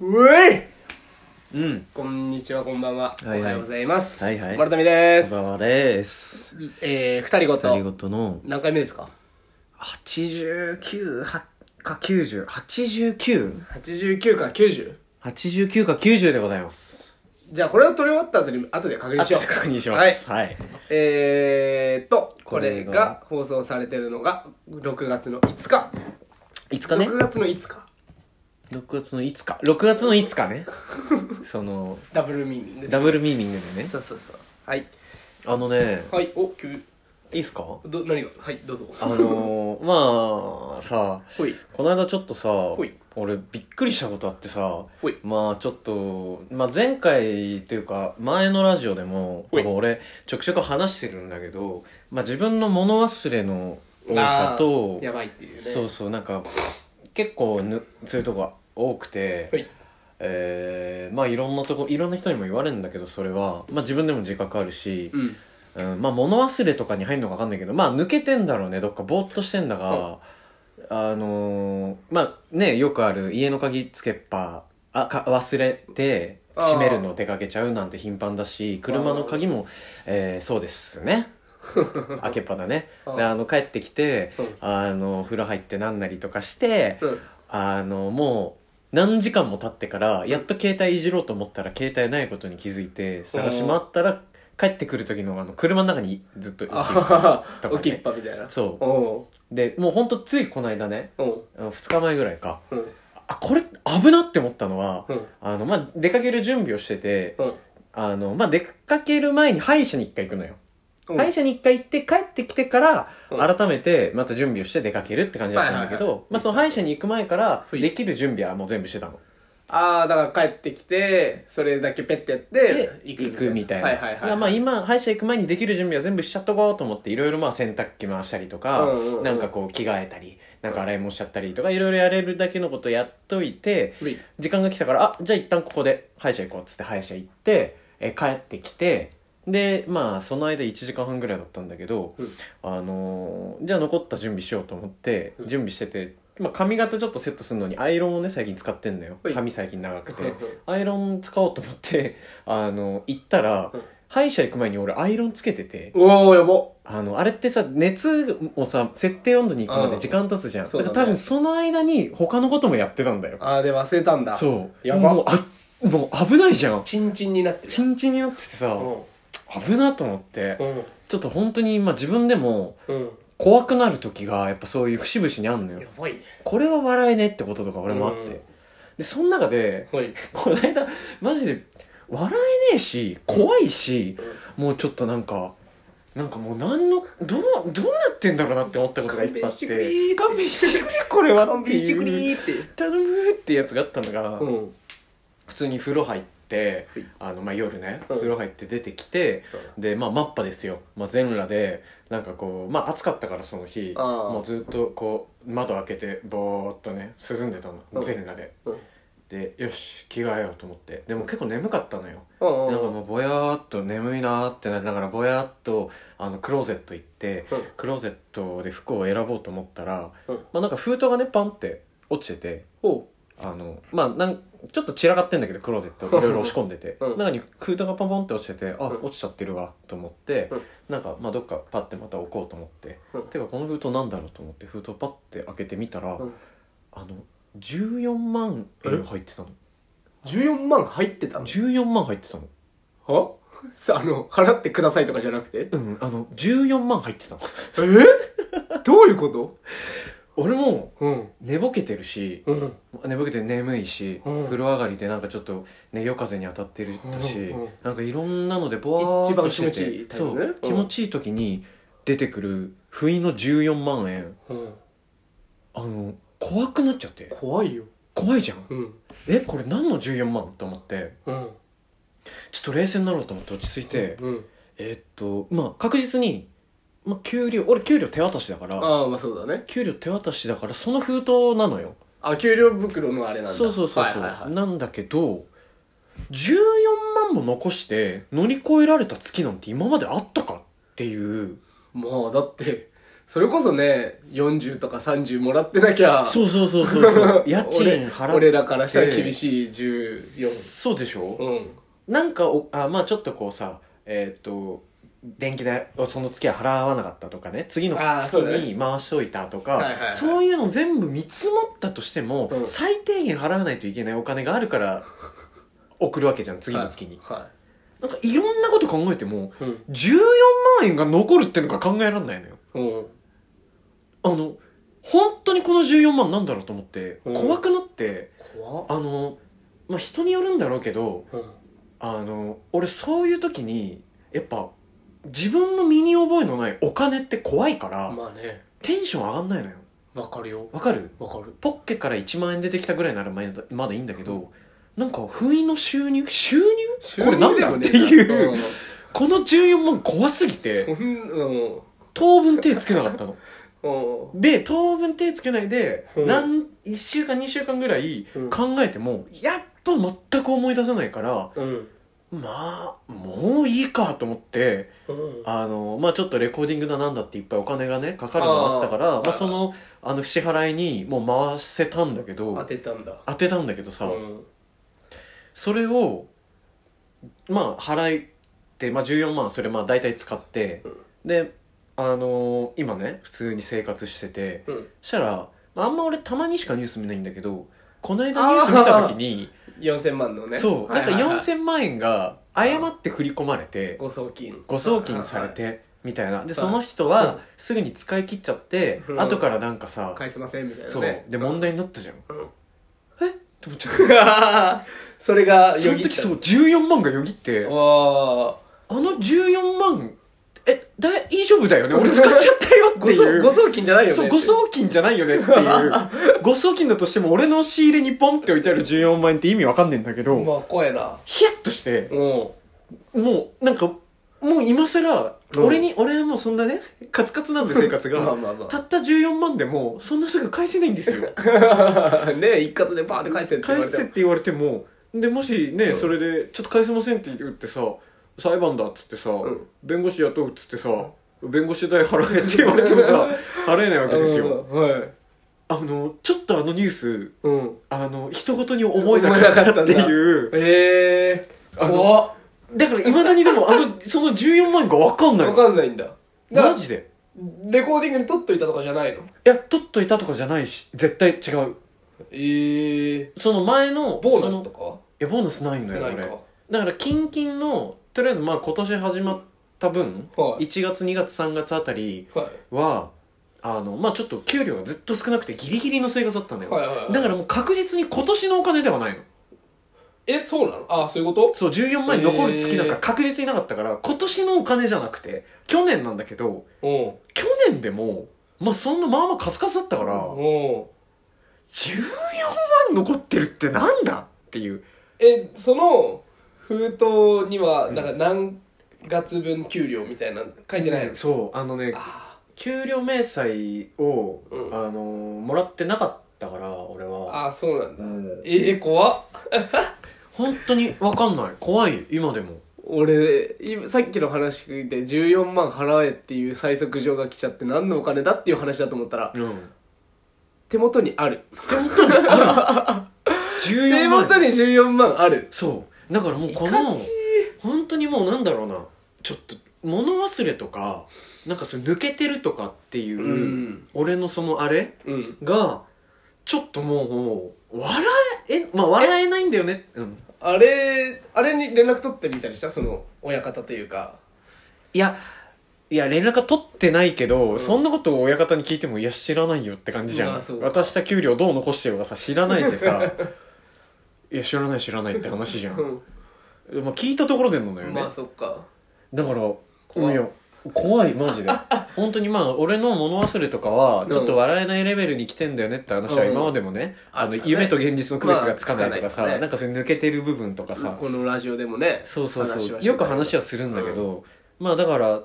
うえうん。いこんにちは、こんばんは。おははいはいようございます。はいはい丸富です。ばばです。えー、二人ご二人ごと。との、何回目ですか89はか 90?89?89 89 ?89 か 90? 89か90でございます。じゃあ、これを取り終わった後に、後で確認しよう。確認します。はい。はい。えーっと、ここれれがが放送されてるのが、6月の5日。いつかね6。月の5日。 6月の5日。6月の5日ね。 その、ダブルミーニング。ダブルミーニングでね。そうそうそう。はい。あのね、はい、お、急、いいっすかど、何が、はい、どうぞ。あのー、まあ、さ、ほい。この間ちょっとさい、俺びっくりしたことあってさほい、まあちょっと、まあ前回っていうか前のラジオでも、ほい多分俺ちょくちょく話してるんだけど、まあ自分の物忘れの多さあとー、やばいっていうね。そうそうなんか結構ぬそういうとこが多くて、はい。えー、まあいろんなとこ、いろんな人にも言われるんだけどそれは、まあ自分でも自覚あるし、うん。うん、まあ物忘れとかに入るのか分かんないけどまあ抜けてんだろうねどっかぼーっとしてんだが、あのー、まあねよくある家の鍵つけっぱあか忘れてあー閉めるの出かけちゃうなんて頻繁だし車の鍵も、えーそうで すね開けっぱだねあであの帰ってきて、うんあの風呂入ってなんなりとかして、うん。あのもう何時間も経ってからやっと携帯いじろうと思ったら携帯ないことに気づいて探し回ったら帰ってくる時のあの車の中にずっといてあ とーか起きっねぱみたいな。そおうでもうほんとついこの間ねうおう2日前ぐらいかうん。あこれ危なって思ったのはうん。あの、まあ、出かける準備をしててうん。あの、まあ、出かける前に歯医者に1回行くのようん歯医者に一回行って帰ってきてから、うん改めてまた準備をして出かけるって感じだったんだけはいはいはど、まあその歯医者に行く前から、ふいできる準備はもう全部してたの。ああ、だから帰ってきて、それだけペッてやっでて、、行くみたいな。はいはいだかはい。らまあ今、歯医者行く前にできる準備は全部しちゃっとこうと思って、いろいろまあ洗濯機回したりとかうんうんうん、なんかこう着替えたり、なんか洗い物しちゃったりとか、いろいろやれるだけのことやっといて、ふい時間が来たから、あ、じゃあ一旦ここで歯医者行こうっつって歯医者行って、え、帰ってきて、で、まあ、その間1時間半ぐらいだったんだけど、うんあのーじゃあ残った準備しようと思って、うん準備してて、まあ、髪型ちょっとセットするのにアイロンをね、最近使ってんだよほい。髪最近長くうんうてん。アイロン使おうと思って、 あの行ったらうん、歯医者行く前に俺アイロンつけてて、おおやばあの、あれってさ、熱をさ、設定温度に行くまで時間経つじゃん。そうだね多分その間に他のこともやってたんだよ。ああ、で忘れたんだ。う。そう。やばもう、あ、もう危ないじゃん。チンチンになってる。チンチンになっててさう、ん。危なと思って、うん。ちょっと本当に、まあ自分でもうん。怖くなる時が、やっぱそういう節々にあんのやよ。ばいね。これは笑えねってこととか俺もあっうんて。で、その中で、はい。この間、マジで、笑えねえし、怖いし、もうちょっとなんか、なんかもう何の、どう、どうなってんだろうなって思ったことがいっぱいあって。勘弁してくれー勘弁してくれこれは勘って弁いしうてくれーって。頼むってやつがあったのが、うん。普通に風呂入ってはい、あの、まあ、夜ね、うん風呂入って出てきて、で、まあ、マッパですよ。まあ、全裸で、なんかこう、まあ、暑かったからその日、あーもうずっとこう、窓開けて、ぼーっとね、涼んでたうんの。全裸で。うん。で、よし、着替えようと思って。でも結構眠かったのよ。うん。なんかもうぼやーっと眠いなーってなりながらぼやーっとあのクローゼット行ってうんクローゼットで服を選ぼうと思ったら、うんまあなんか封筒がねパンって落ちててほあのまあなんちょっと散らかってんだけどクローゼッ トいろいろ押し込んでて、うん中に封筒がポンポンって落ちててあ、うん落ちちゃってるわと思って、うんなんかまあどっかパッてまた置こうと思って、うんてかこの封筒なんだろうと思って封筒パッて開けてみたら、うんあの14万円入ってたのう。14万入ってたの14万入ってたのは さ、あの、払ってくださいとかじゃなくてうんあの14万入ってたのえどういうこと俺もうん。寝ぼけてるしうん。寝ぼけて眠いし、うん風呂上がりでなんかちょっと、ね、夜風に当たってるだし、うんうんなんかいろんなのでぼわーっとして一番気持てちいいタイそミングねううん気持ちいい時に出てくる不意の14万円うん。あの怖くなっちゃって怖いよ。怖いじゃんうん。えこれ何の14万と思ってうん。ちょっと冷静になろうと思って落ち着いて、うん。えーっとまあ確実に、まあ、給料俺給料手渡しだからああ、まあそうだね。給料手渡しだからその封筒なのよあ、給料袋のあれなんだ。そうそうそうそう、はいはいはい。なんだけど14万も残して乗り越えられた月なんて今まであったかっていうまあ、だって、それこそね、40とか30もらってなき ゃ、そうそうそうそうそう家賃払って俺俺らからしたら厳しい14。そうでしょ、うん。なんかおあまあちょっとこうさえーっと電気代をその月は払わなかったとかね次のあー月そうだにね回しといたとかはいはいはいそういうの全部見積もったとしても、うん最低限払わないといけないお金があるから送るわけじゃん次の月に、はなんかいろんなこと考えてもい。うん。 14万円が残るってのが考えられないのようん。あの本当にこの14万なんだろうと思ってうん怖くなって、怖っ。あのまあ人によるんだろうけどうん。あの俺そういう時にやっぱ自分の身に覚えのないお金って怖いから、まあね、テンション上がんないのよわかるよ。わかるわかる。ポッケから1万円出てきたぐらいならまだまだいいんだけど、なんか不意の収入収入これなんだっていう、うんこの14万怖すぎてそん、うん。当分手つけなかったのうん。で当分手つけないで、うんなん1週間2週間ぐらいうん考えても、やっぱ全く思い出せないからうん。まあもういいかと思ってうん。あの、まあちょっとレコーディングだなんだっていっぱいお金がね、かかるのがあったから、あーまあその、あの、支払いにもう回せたんだけ当ど、てたんだ。当てたんだけどさ、うん。それを、まあ払って、まあ14万それまあ大体使って、で、あのー今ね、普通に生活してて、うん。そしたら、まああんま俺たまにしかニュース見ないんだけど、この間ニュース見た時に、 4000万 のね。そう、なんか千4000万円が誤って振り込まれて、ご送金。誤送金されてみたいなでいその人うはすぐに使い切っちゃってうん後からなんかさ返せませんみたいなそうね。で問題になったじゃんうんえって思っちゃう それがそよのぎった時そう14万がよぎってああの14万え大丈夫だよね俺使っちゃったよーって誤送 いう誤送金じゃないよねそう誤送金じゃないよねっていう誤送金だとしても俺の仕入れにポンって置いてある14万円って意味わかんねえんだけどまあ怖いなヒヤッとしてうんもうなんかもう今更うん俺に俺はもうそんなねカツカツなんで生活 がまあまあまたった14万でもそんなすぐ返せないんですよあ ね一括でパーって返せって言返われせってて言われてもでもしね、うんそれで「ちょっと返せません」って言ってさ裁判だっつってさ、ん弁護士雇うっつってさ弁護士代払えって言われても さ払えないわけですようんはいあのちょっとあのニュースうんあの一言に思えなかったっていうええあの怖っだからいまだにでもあのその14万円が分かんないわかんないんだだかマらジでレコーディングに撮っといたとかじゃないのいや取っといたとかじゃないし絶対違うええその前のボーナスそのとかいやボーナスないんだよない俺かだから近々のとりあえずまあ今年始まった分、はい1月2月3月あたりははあのまあちょっと給料がずっと少なくてギリギリの生活だったんだいよ、はいはいはいだからもう確実に今年のお金ではないのえそうなのああそういうこそう14万円残る月なんへかー確実になかったから今年のお金じゃなくて去年なんだけどとうん去年でもまあそんなまあまあカスカスだったからうん14万残ってるってなんだっていうえその封筒にはなんか何月分給料みたいなの書いてないの、そうあのねあ給料明細を、うんあのーもらってなかったから俺ーあはーそうなんうだんええ怖っ本当に分かんない怖い今でも俺今さっきの話聞いて14万払えっていう催促状が来ちゃって何のお金だっていう話だと思ったらうん手元にある手14万元に14万あるそうだからもうこ勝のち本当にもうなんだろうなちょっと物忘れとかなんかそれ抜けてるとかっていう、うん俺のそのあれうんがちょっともう笑ええまあ笑えないんだよねうんあれあれに連絡取ってみたりしたその親方というかいや、いや、連絡は取ってないけど、んそんなことを親方に聞いても、いや、知らないよって感じじゃん。まあそうか渡した給料どう残してよがさ、知らない でさ、いや、知らない知らないって話じゃん。うまあ、聞いたところでなのよんね。まあそっかだから、怖いいや怖い、マ ジで。本当にまあ、俺の物忘れとかは、ちょっと笑えないレベルに来てんだよねって話はうん今までもね、うんあの、あったね夢と現実の区別がつかないとかまあつかないとかねさ、なんかそれ抜けてる部分とかさ、このラジオでもねそうそう話はしてそたうけどよく話はするんだけど、まあだから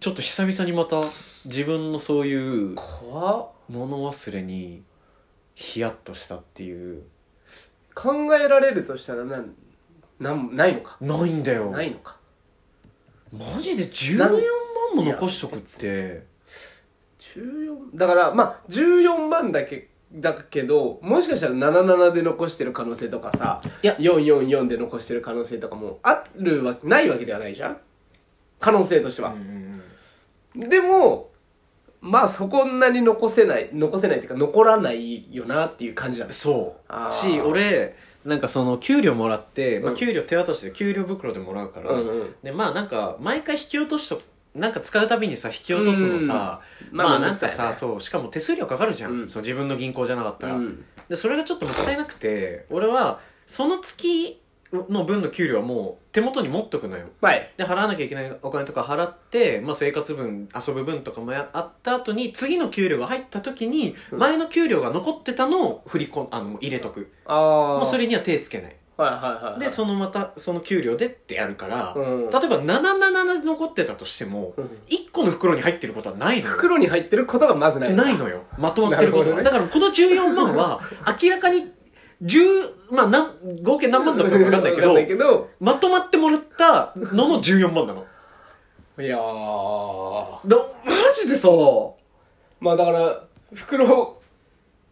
ちょっと久々にまた自分のそういう怖っ物忘れにヒヤッとしたっていう考えられるとしたらなんなんないのかないんだよないのかマジで14万も残しとくって14だからまあ14万だけだけどもしかしたら77で残してる可能性とかさいや444で残してる可能性とかもあるわけないわけではないじゃん可能性としては、でもまあそこんなに残せない残せないっていうか残らないよなっていう感じなんですそあーうし俺なんかその給料もらって、まうあ、ん給料手渡しで給料袋でもらうから、うんうんでまあなんか毎回引き落としとなんか使うたびにさ引き落とすのさ、うんまあまあなんかまあさ、ねそうしかも手数料かかるじゃん、うんその自分の銀行じゃなかったら、うんでそれがちょっともったいなくて俺はその月の分の給料はもう手元に持っとくのよはいで払わなきゃいけないお金とか払って、まあ、生活分遊ぶ分とかもやあった後に次の給料が入った時にうん前の給料が残ってたのを振り込んあのもう入れとくああもうそれには手つけないはいはいはいはいでそのまたその給料でってやるから、うん例えば777で残ってたとしてもうん1個の袋に入ってることはないのよ袋に入ってることがまずないないのよまとまってることながるほどねだからこの14 万は明らかに10まあなん合計何万だったか分かんないけどわかんないけどまとまってもらったのの14万なのいやーだマジでさまあだから袋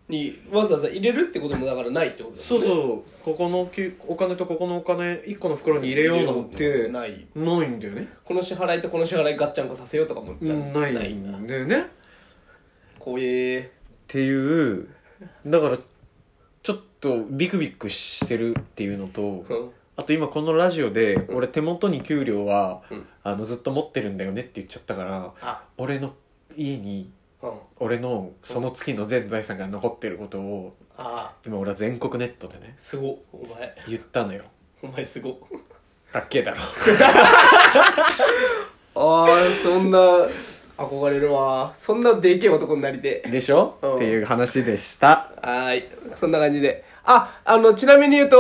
にわざわざ入れるってこともだからないってことだそうそうここのきお金とここのお金1個の袋に入れようなんてなないいんだよねこの支払いとこの支払いガッチャンコさせようとかもじゃないんだよねっこういうていうだからちょっとビクビクしてるっていうのとうんあと今このラジオで俺手元に給料は、うんあのずっと持ってるんだよねって言っちゃったからあ俺の家にうん俺のその月の全財産が残ってることをあ今俺は全国ネットでねすごっお前言ったのよお前すごっだっけえだろああそんな憧れるわそんなでけえ男になりてでしょうんっていう話でしたはーいそんな感じでああのちなみに言うと